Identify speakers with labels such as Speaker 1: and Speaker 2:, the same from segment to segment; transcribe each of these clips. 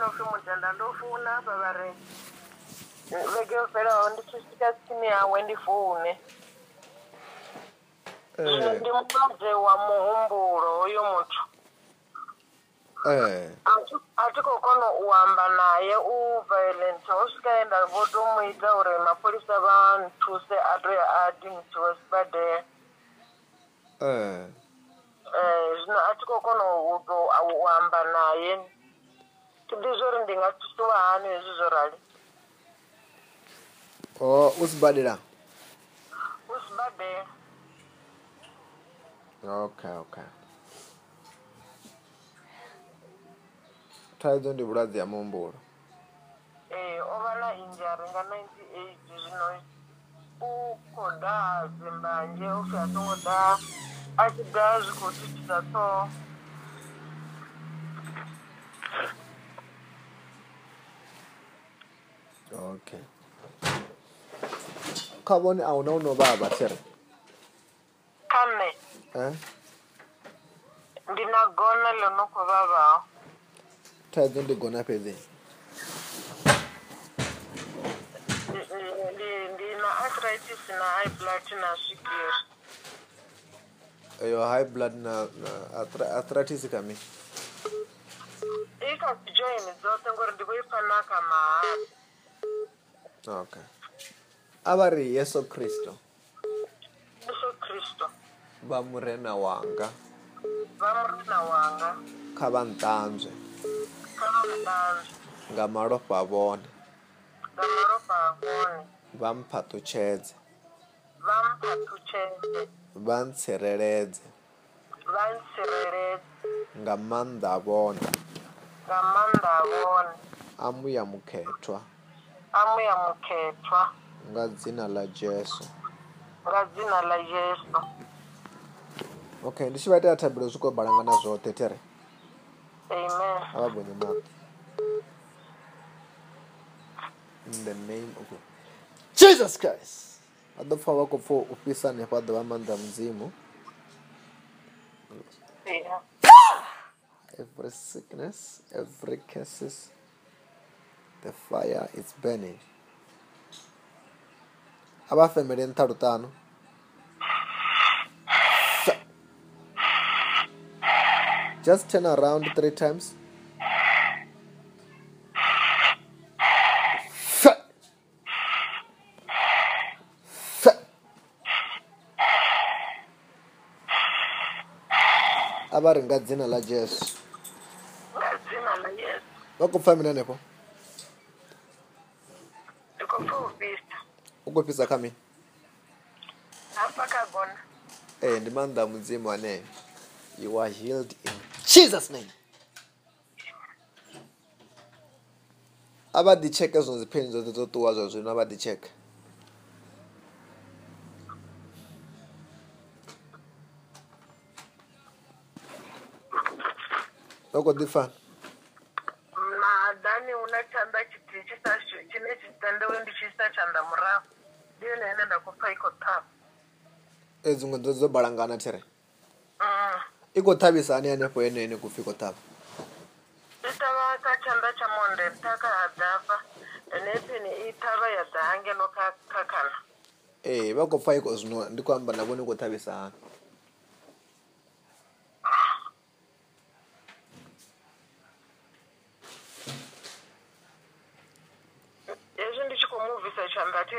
Speaker 1: nopfi mudhanda ndofuna apa varengi vhege yo fhelaho ndi tshi swika tsini yawe ndi foune Zwino
Speaker 2: ee
Speaker 1: ndi mulwadze wa muhumbulo hoyo muthu
Speaker 2: ee
Speaker 1: A thi- a thi khou kona u amba naye u violent ho swika ye nda vho to mu ita uri mapholisa vha nthuse a toya a adimitiwe sibadela
Speaker 2: ee
Speaker 1: Eh, zwino a thi khou kona u tou a- u amba naye thi ḓi zwo ri ndi nga thusiwa hani hezwi zwo rali
Speaker 2: o u sibadela
Speaker 1: u sibadela
Speaker 2: okay okay thaidzo ndi vhulwadze ya muhumbulo
Speaker 1: ee o vha na injari nga 98 zwino u khou daha dzimbanzhe u pfhi a songo daha a tshi daha zwi khou thithisa ṱhoho
Speaker 2: okay kha vhone a huna u no vhavha tsere
Speaker 1: kha nṋe
Speaker 2: e
Speaker 1: ndi na gona ḽo no khou vhavhaho
Speaker 2: thaidzo ndi gona fhedzi
Speaker 1: Ndi- ndi- ndi- ndi na arthritis na high blood na swigiri
Speaker 2: eyo high blood na, na athra- arthritis kha mini
Speaker 1: i kha dzi join dzoṱhe ngori ndi khou i pfa na kha mahala
Speaker 2: okay a vha ri yeso kristo
Speaker 1: yeso kristo
Speaker 2: vha murena wanga
Speaker 1: vha murena wanga
Speaker 2: kha vha nṱanzwe
Speaker 1: kha vha mutanzwe
Speaker 2: nga malofha a vhone
Speaker 1: nga malofha a vhone
Speaker 2: vha mphaṱutshedze
Speaker 1: vha mphathutshedze
Speaker 2: vha ntsireledze
Speaker 1: vha ntsireledze
Speaker 2: nga maanḓa a vhone
Speaker 1: nga maanḓa a vhone
Speaker 2: a muya mukhethwa
Speaker 1: a muya mukhethwa
Speaker 2: nga dzina ḽa jesu
Speaker 1: nga dzina ḽa yesu
Speaker 2: okay ndi tshi vha itela thabelo zwi khou balangana zwoṱhe tere
Speaker 1: amen
Speaker 2: a vha gonye maṱo in the name of jesus christ vha ḓo pfha vha khou pfha u fhisa hanefha a ḓo vha maanḓa mudzimu
Speaker 1: Ee.
Speaker 2: every sickness, every curses, the fire is burning. Aba femele ntarutano. Sa- Just turn around three times. Sa- Sa- Aba ri nga dzina ḽa Jesu.
Speaker 1: nga dzina ḽa yesu
Speaker 2: Vha khou pfha mini hanefho?
Speaker 1: ndi khou pfa u fhisa
Speaker 2: U khou fhisa kha mini?
Speaker 1: hafha kha gona
Speaker 2: ee Eh, ndi maanḓa a mudzimu aneyo you are healed in jesus name a vha ḓi tsheke zwino dzipheni dzoṱhe dzo ṱuwa zwa zwino a vha ḓi tsheke vha khou ḓi pfana
Speaker 1: mahadani hu na tshanḓa tshithihi tshi sa shu- tshine tshi tendewe ndi tshi isa tshanḓa murahu ndi yone ine nda khou pfa i khou ṱhava
Speaker 2: e dziṅwe dzo dzo balangana there
Speaker 1: Mm.
Speaker 2: i khou ṱhavhisa ani hanefho yeneyo kupfhi i khou ṱhavha
Speaker 1: i ṱavha kha tshanḓa tsha monde nṱha kha hadafa nepeni i ṱhavha ya ḓa hangeno kha khakhana
Speaker 2: ee vha khou pfha i khou zwino ndi khou amba na vhone i khou ṱhavhisa hani
Speaker 1: hezwi ndi tshi khou mu bvisa tshanḓa thi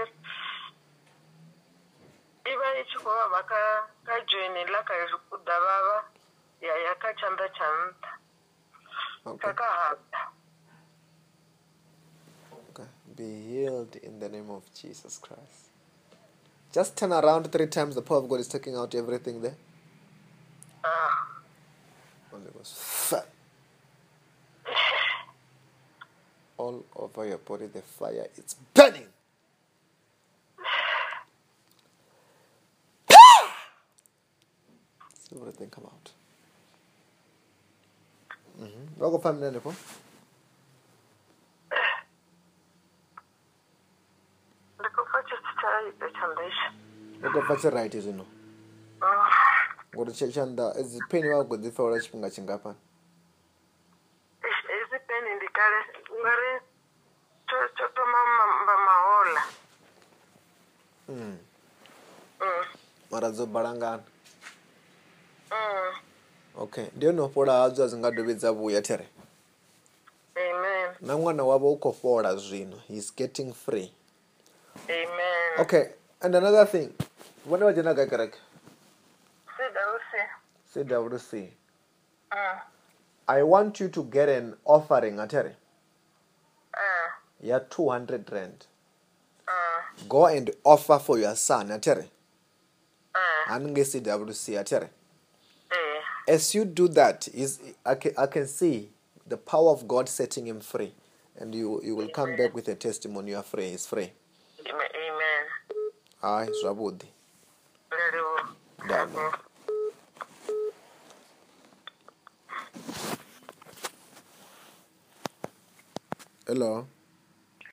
Speaker 1: i vha i tshi khou vhavha kha kha joini ḽa kha kuḓa vhavha ya ya kha tshanḓa tsha nṱha
Speaker 2: okay.
Speaker 1: kha kha hada
Speaker 2: Okay. Be healed in the name of Jesus Christ. Just turn around three times. The power of God is taking out everything there.
Speaker 1: Ah.
Speaker 2: Holy Ghost. Fire. All over your body, the fire is burning. everything come out. Mm-hmm. Welcome, family. Nepal.
Speaker 1: ndi khou pfa tshithu tsha ita tshanḓa itshi
Speaker 2: Welcome, Father. Right, is you know. ngori tshe tshanḓa edzi pheni vha khou ḓi pfha lwa tshifhinga tshingafhani
Speaker 1: hezwi peni ndi kale nga ri to- to thoma ma- vha mahoḽa
Speaker 2: mm. mara dzo balangana okay ndi hone u fhola hadzo a dzi nga dovhi dza vhuya there
Speaker 1: amen
Speaker 2: na ṅwana wavho u khou fhola zwino heis getting free
Speaker 1: amen
Speaker 2: okay and another thing vhone vha dzhena ga kereke
Speaker 1: cwc
Speaker 2: cwc
Speaker 1: Mm,
Speaker 2: i want you to get an offering atere
Speaker 1: mm,
Speaker 2: ya 200 rand
Speaker 1: mm,
Speaker 2: go and offer for your son atere
Speaker 1: mm,
Speaker 2: hani nge cwc atere
Speaker 1: eh,
Speaker 2: as you do that is I can, I can see the power of god setting him free and you, you will come back with a testimony you are free is free
Speaker 1: ame- amen
Speaker 2: hai zwavhuḓi
Speaker 1: leliwo
Speaker 2: Amen. hello